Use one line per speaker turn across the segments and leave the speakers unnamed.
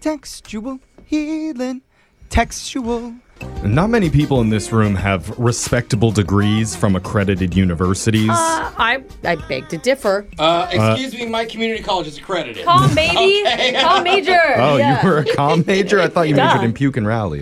Textual healing. Textual.
Not many people in this room have respectable degrees from accredited universities.
Uh, I I beg to differ.
Uh, excuse me, my community college is accredited.
Calm, baby.
Okay.
Calm major.
oh,
Yeah.
you were a comm major? I thought you majored
Duh.
in puke and rally.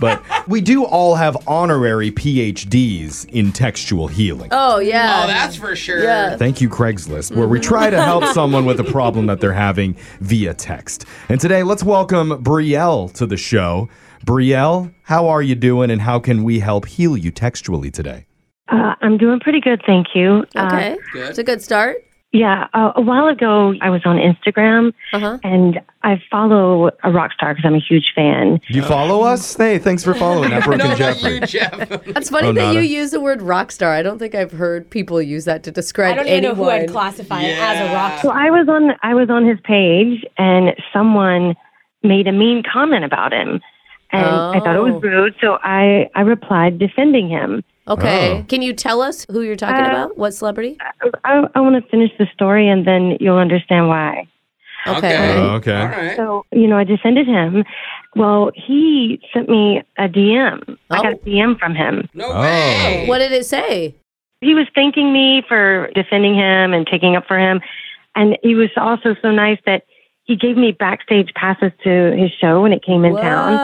but we do all have honorary PhDs in textual healing.
Oh yeah.
Oh, that's for sure.
Yeah.
Thank you, Craigslist, where we
Mm-hmm.
try to help someone with a problem that they're having via text. And today, let's welcome Brielle to the show. Brielle, how are you doing, and how can we help heal you textually today?
Uh, I'm doing pretty good, thank you. Uh,
okay.
Good.
It's a good start.
yeah, uh, a while ago I was on Instagram
Uh huh.
and I follow a rock star because I'm a huge fan.
You follow us? Hey, thanks for following that, Brooke
No,
and
not
Jeffrey.
you, Jeff.
That's funny
Oh,
that
nada.
you use the word rock star. I don't think I've heard people use that to describe
I don't even
anyone.
know who I'd classify as a rock
So
star.
I was on I was on his page and someone made a mean comment about him. And I thought it
Oh.
was rude, so I, I replied defending him.
Okay.
Oh.
Can you tell us who you're talking
Uh,
about? What celebrity?
I, I, I want to finish the story and then you'll understand why.
okay.
Oh, okay.
All right.
So, you know, I defended him. Well, he sent me a DM. I got a
Oh.
DM from him.
No
Oh.
way.
What did it say?
he was thanking me for defending him and taking up for him. And he was also so nice that he gave me backstage passes to his show when it came in
Oh.
town.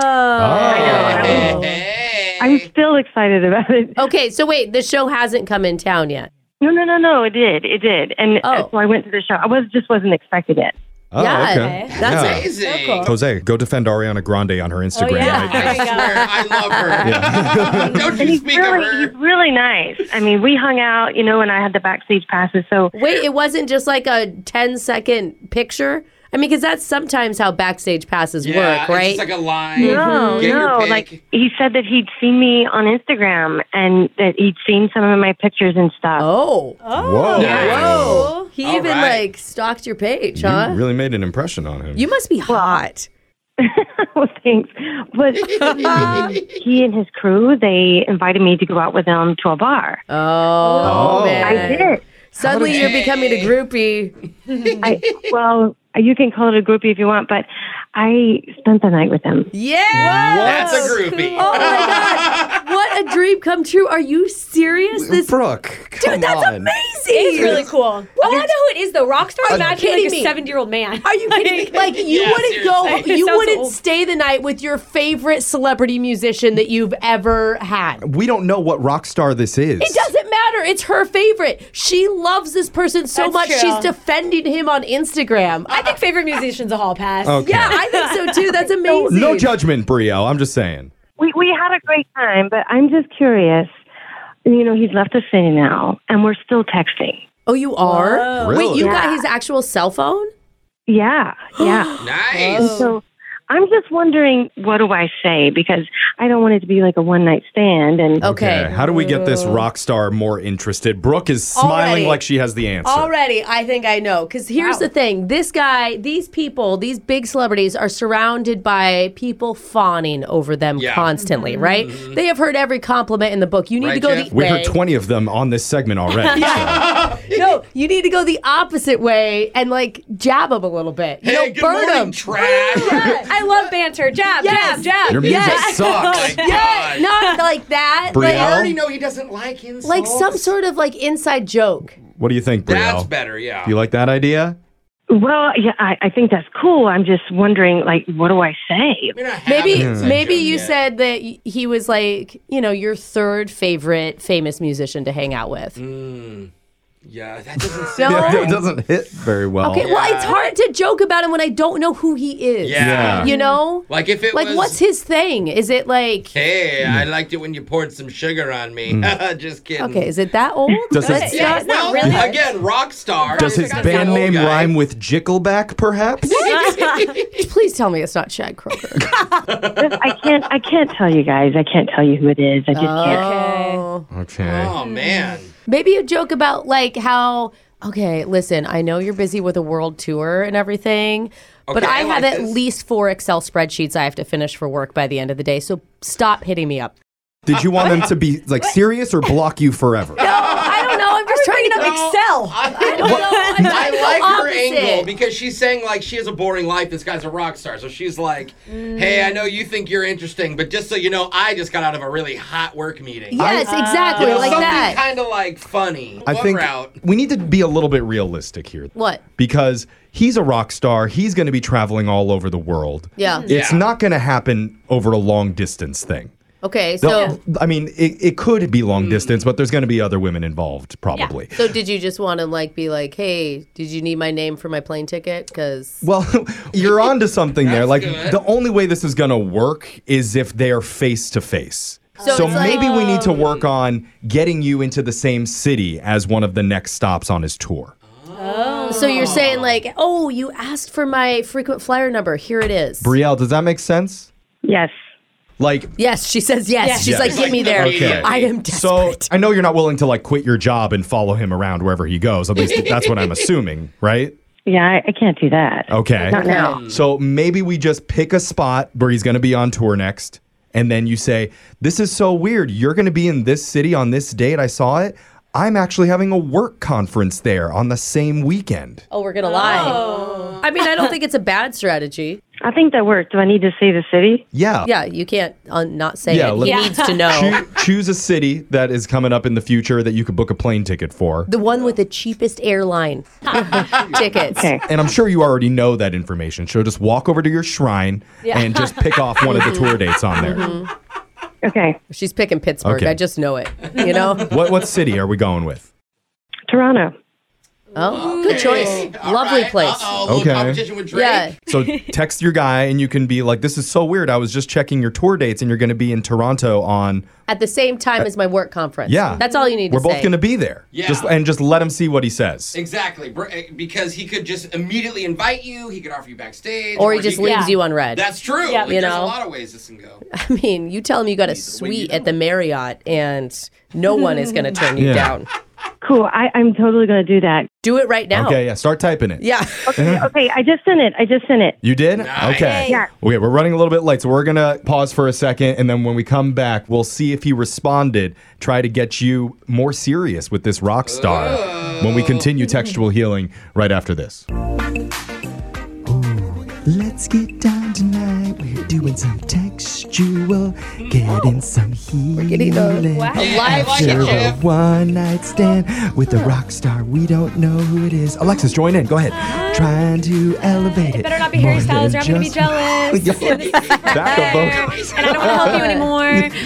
I
Whoa.
Hey.
I'm still excited about it.
Okay, so wait, the show hasn't come in town yet.
No, no, no, no, it did. It did. And uh,
Oh.
so I went to the show. I was just wasn't expecting it.
Oh,
yeah,
okay.
that's Oh,
Yeah.
it.
amazing.
So cool.
Jose, go defend Ariana Grande on her Instagram.
yeah.
right now.
I
There you go.
swear, I love her.
Yeah.
Don't
And
you
he's
speak
really
of
he's
her.
really nice. I mean, we hung out, you know, and I had the backstage passes. So
Wait, it wasn't just like a 10 second picture? I mean, because that's sometimes how backstage passes
yeah,
work, right?
It's just like a line.
no,
Get your
no.
pick.
Like he said that he'd seen me on Instagram and that he'd seen some of my pictures and stuff.
oh.
Whoa.
Whoa. He
All
even
right.
like stalked your page, huh?
You really made an impression on him.
you must be hot.
well, thanks. But um, he and his crew, they invited me to go out with them to a bar.
Oh,
Oh.
man.
I did.
Suddenly you're becoming a groupie.
I, well, you can call it a groupie if you want, but I spent the night with them.
Yeah.
That's a groupie.
Oh my god. What a dream come true. Are you serious? This
Brooke, come
Dude, that's
on.
amazing.
It's really cool. I want to know who it is though. Rock star. Imagine
kidding
like
me?
a seventy-year-old man.
Are you kidding? me? Like you
Yeah,
wouldn't go,
seriously.
you
Sounds
wouldn't
old.
stay the night with your favorite celebrity musician that you've ever had.
We don't know what rock star this is.
It doesn't matter. It's her favorite. She loves this person so
That's
much.
true.
She's defending him on Instagram.
I think favorite musician's a hall pass.
Okay.
yeah, I think so too. That's amazing.
No judgment, Brio. I'm just saying.
We, we had a great time, but I'm just curious. You know, he's left the city now, and we're still texting.
Oh, you are? Wait,
Really?
you got his actual cell phone?
Yeah, yeah.
Nice.
And so I'm just wondering, what do I say? Because I don't want it to be like a one night stand. And
Okay.
How do we get this rock star more interested? Brooke is smiling
Already.
like she has the answer.
Already, I think I know. Because here's the thing this guy, these people, these big celebrities are surrounded by people fawning over them
Yeah.
constantly, right? They have heard every compliment in the book. You need
Right,
to go
Jeff?
the
We
way.
heard 20 of them on this segment already. yeah.
no, you need to go the opposite way and like jab them a little bit. You
Hey,
know,
good
burn
morning,
them.
trash.
I love banter. Jab,
Yes.
jab, jab.
Your music
Yes.
sucks.
Yeah,
God.
not like that.
Brielle?
I already
Like,
know he doesn't like insults.
like some sort of like inside joke.
What do you think, Brio?
That's better, yeah.
You like that idea?
Well, yeah, I, I think that's cool. I'm just wondering, like, what do I say?
You're not
Maybe
having inside
maybe
joke
you
yet.
said that y- he was like, you know, your third favorite famous musician to hang out with.
Mm, Yeah, that doesn't
No.
sound
it doesn't hit very well.
Okay, well, it's hard to joke about him when I don't know who he is.
Yeah.
You know?
Like if it
Like,
was
what's his thing? Is it like,
Hey, I
Mm.
liked it when you poured some sugar on me. Just kidding.
okay, is it that old?
Does it-
That's
Yeah,
not-
well,
not really.
again, rock star.
Does his band name rhyme with Jickleback, perhaps?
Please tell me it's not Chad Kroger.
I can't. I can't tell you guys. I can't tell you who it is. I just can't.
Oh.
okay.
Oh man.
Maybe a joke about like how, okay, listen, I know you're busy with a world tour and everything, but
Okay,
I,
I
have
like
at
this.
least four Excel spreadsheets I have to finish for work by the end of the day. So stop hitting me up.
Did you want them to be like serious or block you forever?
I don't know. I'm just trying to
Bringing up
I,
I like her
opposite.
angle because she's saying like she has a boring life. This guy's a rock star, so she's like, "Hey,
Mm.
I know you think you're interesting, but just so you know, I just got out of a really hot work meeting."
Yes, exactly,
You know,
like
something
that.
kind of like funny.
I
One
think
route.
we need to be a little bit realistic here.
What?
Because he's a rock star. He's going to be traveling all over the world.
Yeah.
It's
Yeah.
not going to happen over a long distance thing.
Okay, so
The- I mean, it, it could be long distance, but there's going to be other women involved probably.
so did you just want to like be like, hey, did you need my name for my plane ticket? Because
Well, you're onto something there. Like
good.
the only way this is going to work is if they are face to face.
So
So,
it's like- um,
maybe we need to work on getting you into the same city as one of the next stops on his tour.
so you're saying like, oh, you asked for my frequent flyer number. Here it is.
Brielle, does that make sense?
Yes.
Like
yes, she says yes.
Yes.
She's
Yes.
like,
It's
get
like
me
the
there.
radio.
I am
So
desperate.
I know you're not willing to like quit your job and follow him around wherever he goes. At least that's what I'm assuming, right?
Yeah, I, I can't do that.
Okay.
Not now.
So maybe we just pick a spot where he's going to be on tour next, and then you say, "This is so weird. You're going to be in this city on this date. I saw it. I'm actually having a work conference there on the same weekend."
oh, we're gonna lie. I mean, I don't think it's a bad strategy.
I think that worked. Do I need to say the city?
Yeah.
Yeah, you can't uh, not say
Yeah,
it.
let-
He
Yeah.
needs to know.
Choo- choose a city that is coming up in the future that you could book a plane ticket for.
The one with the cheapest airline tickets.
Okay.
And I'm sure you already know that information. So just walk over to your shrine and just pick off one of the tour dates on there.
Mm-hmm.
Okay.
She's picking Pittsburgh.
Okay.
I just know it. You know?
What what city are we going with?
Toronto.
Oh, good choice.
All
Lovely
right.
place.
Uh-oh, little
Okay.
competition with Drake.
Yeah.
So text your guy and you can be like, "This is so weird. I was just checking your tour dates, and you're going to be in Toronto on
At the same time as my work conference.
yeah.
That's all you need
We're
to say.
both going to be there.
Yeah.
Just and just let him see what he says.
Exactly, Br- eh, because he could just immediately invite you. He could offer you backstage,
or he just
could-
leaves
Yeah.
you on red.
That's true.
Yeah.
Like,
You
there's
know?
a lot of ways this can go.
I mean, you tell him you got a suite at the Marriott and no one is going to turn you
Yeah.
down.
Cool. I, I'm totally going to do that.
Do it right now.
Okay, yeah. Start typing it.
Yeah.
Okay. I just sent it. I just sent it.
You did?
Nice.
Okay.
Yeah.
Okay, we're running a little bit late, so we're gonna pause for a second, and then when we come back, we'll see if he responded. Try to get you more serious with this rock star when we continue textual healing right after this.
Let's get down tonight. We're doing some textual, getting some healing. We're
getting a-
Wow.
Yeah,
live
I like it,
After a
Jeff.
one night stand with a rock star, we don't know who it is. Alexis, join in. Go ahead. Trying to elevate it.
Better not be Harry Styles, or I'm going to be jealous. And this is
Back the
there,
vocals.
And I don't want to help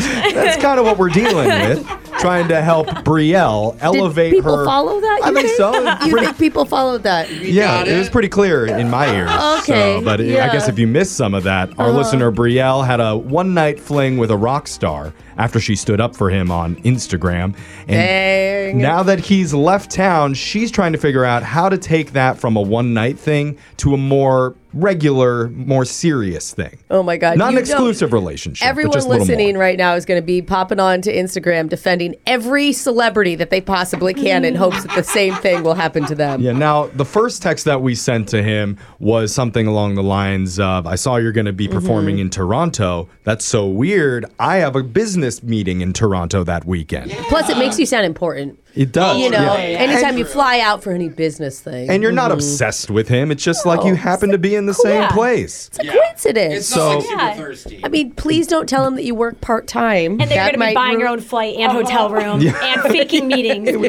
you anymore.
That's kind of what we're dealing with, trying to help Brielle elevate
People
her.
follow that?
I
You
think so. It's
You
pretty-
think people follow that?
yeah,
got
it. was
it.
pretty clear in my ears.
Okay,
So, but it- I
yeah. Uh-huh.
guess if you missed some of that, our listener Brielle had a one night fling with a rock star after she stood up for him on Instagram. And
Dang.
now that he's left town, she's trying to figure out how to take that from a one night thing to a more regular, more serious thing.
Oh my God.
Not an
You know-
exclusive relationship.
Everyone
but just a little more.
listening right now is going to be popping on to Instagram defending every celebrity that they possibly can in hopes that the same thing will happen to them.
Yeah, now the first text that we sent to him was something along the lines of I saw you're going to be
Mm-hmm.
performing in Toronto. That's so weird. I have a business meeting in Toronto that weekend.
Plus, it makes you sound important.
It does.
You know, Mm-hmm.
yeah.
anytime you fly out for any business thing,
And you're not obsessed with him. It's just like you happen to be in the same
Yeah.
place.
it's a coincidence.
It's
So-
not like super
Yeah.
thirsty.
I mean, please don't tell him that you work part time.
And they're going to be buying your own flight and hotel room and faking meetings. But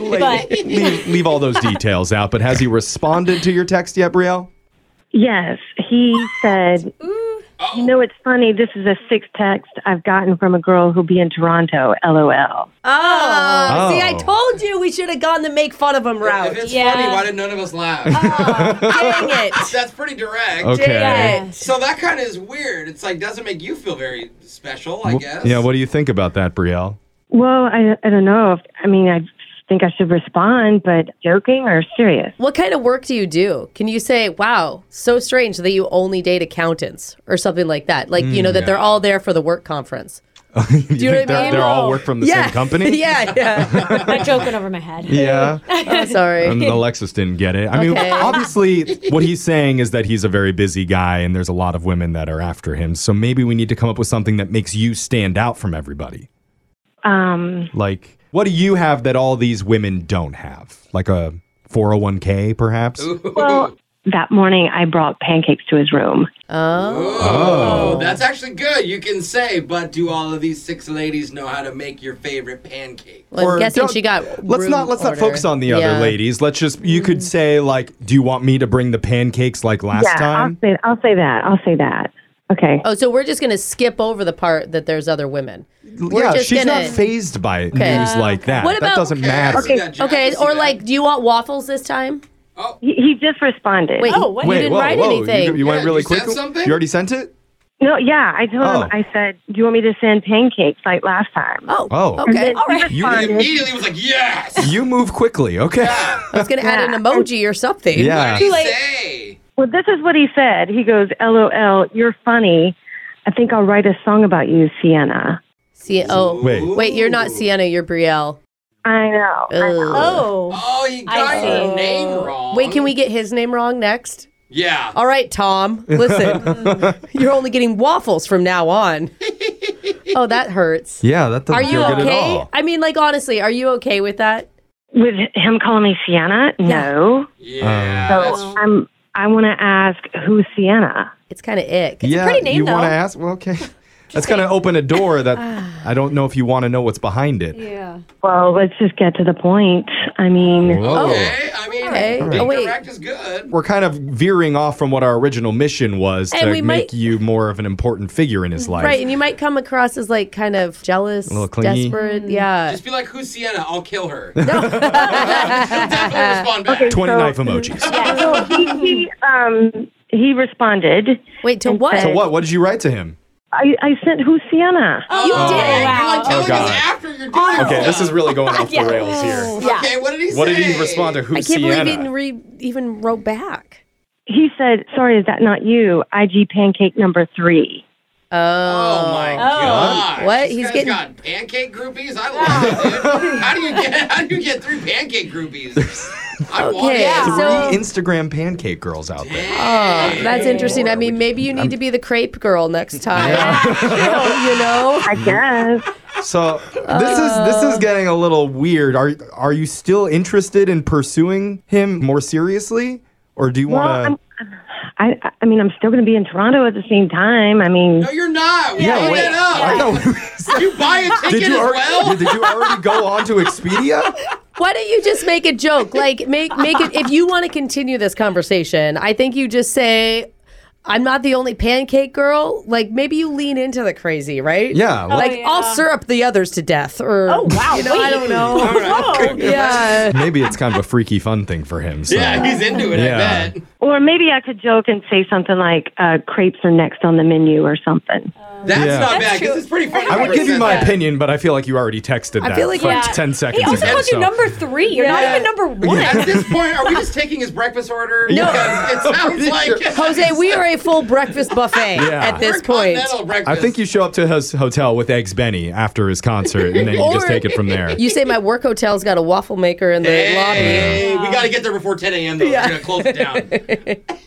leave, leave all those details out. But has he responded to your text yet, Brielle?
Yes. He said, You know, it's funny. This is a sixth text I've gotten from a girl who'll be in Toronto. LOL.
Oh,
Oh.
see, I told you we should have gone the make fun of him route.
if it's
Yeah.
funny, why did none of us laugh?
Oh. Dang it!
That's pretty direct.
Okay.
Dang it.
So that kind of is weird. It's like doesn't make you feel very special, I guess.
Yeah, what do you think about that, Brielle?
Well, I, I don't know. If, I mean, I think I should respond, but joking or serious?
What kind of work do you do? Can you say, "Wow, so strange that you only date accountants" or something like that? Like you know
Mm,
that they're all there for the work conference.
Do you,
know
think
what I
they're,
mean?
they're all work from the
yeah.
same company?
yeah, yeah.
that joke went over my head.
Yeah.
I'm sorry.
And Alexis didn't get it. I mean,
Okay.
obviously, what he's saying is that he's a very busy guy and there's a lot of women that are after him. So maybe we need to come up with something that makes you stand out from everybody.
Um,
Like, what do you have that all these women don't have? Like a 401k, perhaps?
Well, that morning I brought pancakes to his room.
Oh, that's actually good. You can say, but do all of these six ladies know how to make your favorite pancake?
Well,
Or
I'm guessing
don't-
she got.
Let's
room
not let's
order.
not focus on the other
Yeah. Mm.
ladies. Let's just you could say like, do you want me to bring the pancakes like last
yeah,
time?
I'll say I'll say that. I'll say that. Okay.
Oh, so we're just gonna skip over the part that there's other women. We're
yeah,
just
she's
gonna-
not phased by news like that.
What
that
about-
doesn't
Okay, I
matter.
see that, Jen. I
Okay,
see
or
that.
like, do you want waffles this time?
He, he just responded.
Wait,
Oh, what?
you
Wait,
didn't
whoa,
write
whoa,
anything.
You, you went
Yeah,
really
you sent
quick.
something?
You already sent it?
No, yeah, I told
Oh.
him. I said, "Do you want me to send pancakes like last time?"
oh,
Oh.
And
okay.
then he
right.
You-
He
responded.
immediately was like, yes.
You move quickly, okay?
I was gonna add an emoji or something.
Yeah.
He
late.
say.
Well, this is what he said. He goes, "LOL, you're funny. I think I'll write a song about you, Sienna."
See, oh,
Wait.
wait, you're not Sienna, you're Brielle.
I know. I know.
Ugh.
Oh.
Oh, you got
see.
your name wrong.
Wait, can Oh. we get his name wrong next?
Yeah.
All right, Tom. Listen, you're only getting waffles from now on. Oh, that hurts.
Yeah, that doesn't
Are you
feel good at
okay?
all.
I mean, like honestly, are you okay with that?
With him calling me Sienna, no.
Yeah.
Oh,
Oh.
that's-
So I'm. I want to ask who's Sienna.
It's kind of ick.
yeah,
pretty name,
you
though.
want to ask? Well, okay. That's going to open a door that I don't know if you want to know what's behind it.
Yeah.
Well, let's just get to the point. I mean,
Whoa.
Oh.
okay. I mean,
Okay.
being
Oh, wait.
direct is good.
We're kind of veering off from what our original mission was
And
to
we
make
might-
you more of an important figure in his life.
Right, and you might come across as like kind of jealous,
little clingy.
desperate. Yeah.
Just be like, who's Sienna? I'll kill her. She'll definitely respond back.
20 knife emojis.
so he, he um he responded.
Wait, to
And
what?
said-
so what? What did you write to him?
I, I sent who's Sienna.
Oh, you
did?
You're like
Wow.
telling
Oh,
us
God.
after you're doing
Okay, this is really going off the
Yeah.
rails here.
Yeah.
Okay, what did he say?
What did he respond to? Who's
I can't
Sienna?
believe he didn't re- even wrote back.
He said, "Sorry, is that not you? IG pancake number three.
Oh my god!
What?
This
He's
guy's
getting- Oh.
got pancake groupies. I love it. Dude. How do you get? How do you get three pancake groupies? I want
Okay,
it.
so-
Three Instagram pancake girls out there.
Oh, that's interesting. I mean, maybe you need to be the crepe girl next time. you know?
I guess.
So this is
Uh.
this is getting a little weird. Are are you still interested in pursuing him more seriously, or do you
Well,
want to?
I'm, I I mean, I'm still going to be in Toronto at the same time. I mean,
No, you're not. We made
wait.
that up.
I thought we-
You buy a ticket
did you
as
already,
well.
did you already go on to Expedia?
Why don't you just make a joke? Like, make make it. If you want to continue this conversation, I think you just say, "I'm not the only pancake girl." Like, maybe you lean into the crazy, right?
Yeah.
Like,
Oh, yeah.
I'll syrup the others to death, or
Oh, wow.
you know, I
Wait.
don't know.
Whoa.
yeah.
maybe it's kind of a freaky fun thing for him. So.
Yeah, he's into it.
Yeah.
I bet.
or maybe I could joke and say something like, uh, "Crepes are next on the menu" or something.
That's
Yeah.
not
That's
bad. 'cause
true.
It's pretty funny.
I would give you my
Yeah.
opinion, but I feel like you already texted that
feel like-
for
yeah.
ten seconds
He also
ago.
called
so-
you number three. You're not
Yeah.
even number one.
At this point, are we just taking his breakfast order?
No.
Because it sounds like
Jose, we are a full breakfast buffet
Yeah.
at this
We're
point.
continental breakfast.
I think you show up to his hotel with Eggs Benny after his concert, and then you just
Or-
take it from there.
You say my work hotel's got a waffle maker in the lobby.
Hey, we got to get there before 10 a.m. though. We're gonna close it down.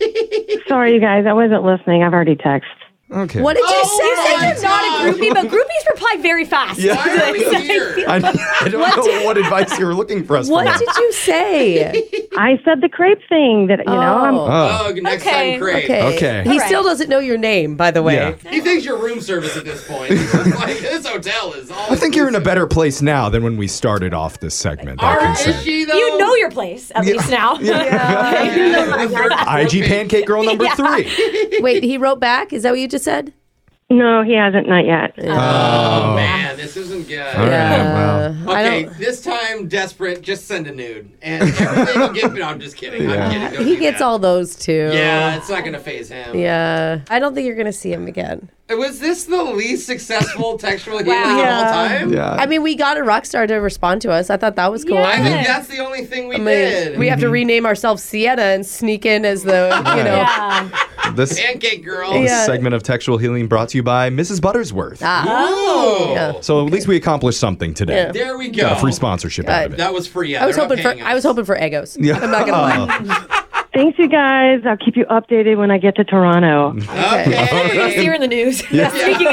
Sorry, you guys, I wasn't listening. I've already texted.
Okay.
What did you
Oh,
say?
You said you're not a
God.
groupie, but groupies reply very fast.
Yeah.
Why are we here?
I, I don't know what advice you were looking for us.
What
from.
did you say?
I said the crepe thing that you know. I'm,
Oh.
Ugh, next
Okay,
time, great.
Okay.
Okay.
He
Alright.
still doesn't know your name, by the way.
Yeah.
He thinks you're room service at this point. It's like, this hotel is all.
I think you're in a better place now than when we started off this segment. I
Are
can
is
say.
she though?
You know your place, at least now.
Yeah, the third
IG
groupie.
Pancake Girl number three.
Wait, he wrote back? Is that what you just said?
no, he hasn't. Not yet.
Oh man, this isn't good.
All right, well.
Okay, this time desperate, just send a nude, and everything will get. No, I'm just kidding. I'm kidding. Don't
He
do
gets
that.
all those too.
Yeah, it's not gonna phase him.
Yeah. I don't think you're going to see him again.
Was this the least successful textual healing of
Yeah.
all time?
Yeah.
I mean, we got a rock star to respond to us. I thought that was cool.
I
Yeah.
think that's the only thing we
I mean,
did.
we have to rename ourselves Sienna and sneak in as the, you know.
Yeah.
this
Pancake girl.
this
Yeah.
segment of Textual Healing brought to you by Mrs. Buttersworth.
Ah,
Oh,
So at least we accomplished something today.
Yeah.
there we go.
Got a free sponsorship out of it.
That was free. Yeah,
I was
they're not
hoping for
paying
I was
us.
hoping for Eggos.
Yeah.
I'm not gonna lie.
Thanks, you guys. I'll keep you updated when I get to Toronto.
Okay.
See her in the news. Speaking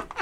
in